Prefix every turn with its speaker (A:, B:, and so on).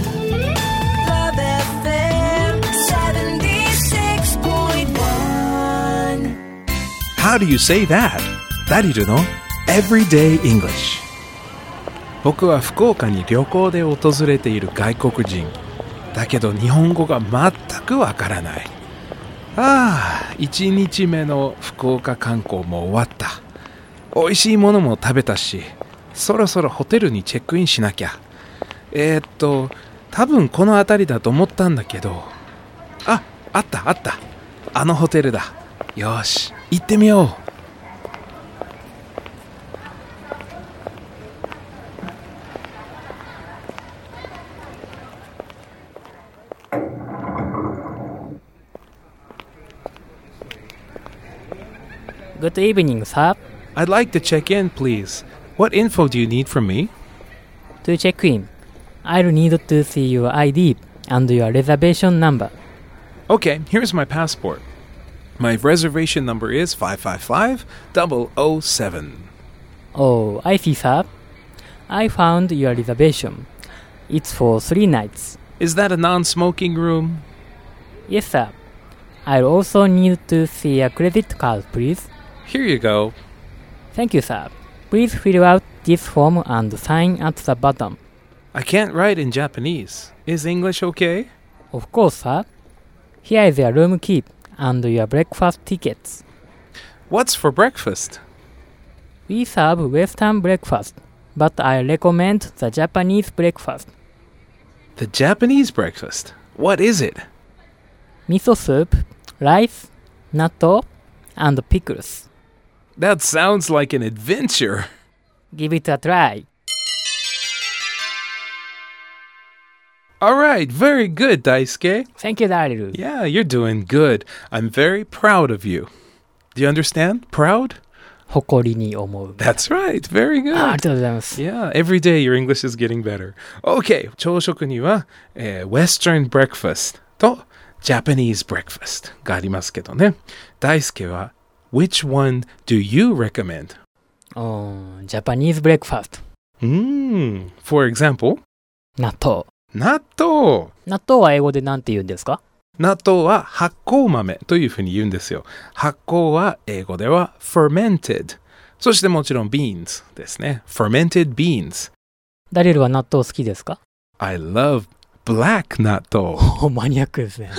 A: Club FM 76.1.
B: How do you say that? ダリルの Everyday English 僕は福岡に旅行で訪れている外国人だけど日本語が全くわからないああ1日目の福岡観光も終わった美味しいものも食べたしそろそろホテルにチェックインしなきゃえー、っと多分この辺りだと思ったんだけどああったあったあのホテルだよし行ってみよう
C: グッドイブニングさ。
B: I'd like to check in, please. What info do you need from me?
C: To check in, I'll need to see your ID and your reservation number.
B: Okay, here's my passport. My reservation number is 555 007.
C: Oh, I see, sir. I found your reservation. It's for three nights.
B: Is that a non smoking room?
C: Yes, sir. I'll also need to see a credit card, please.
B: Here you go.
C: Thank you, sir. Please fill out this form and sign at the bottom.
B: I can't write in Japanese. Is English okay?
C: Of course, sir. Here is your room key and your breakfast tickets.
B: What's for breakfast?
C: We serve Western breakfast, but I recommend the Japanese breakfast.
B: The Japanese breakfast. What is it?
C: 味噌スープ、ライス、納豆、and pickles.
B: That sounds like an adventure.
C: Give it a try.
B: All right, very good, Daisuke.
C: Thank you, ダリル。
B: Yeah, you're doing good. I'm very proud of you. Do you understand? Proud?
C: 誇りに思う。
B: That's right. Very
C: あ
B: good.
C: ありがとうございます。
B: Yeah, every day your English is getting better. Okay, 朝食には、えー Western breakfast と Japanese breakfast がありますけどね。大輔は Which one do you recommend?
C: うーん、ジャパニーズブレックファスト。
B: Mm, for example,
C: 納豆。
B: 納豆。
C: 納豆は英語で何て言うんですか
B: 納豆は発酵豆というふうに言うんですよ。発酵は英語では fermented。そしてもちろん beans ですね。fermented beans。
C: ダリルは納豆好きですか
B: I love black 納豆。
C: おマニアックですね。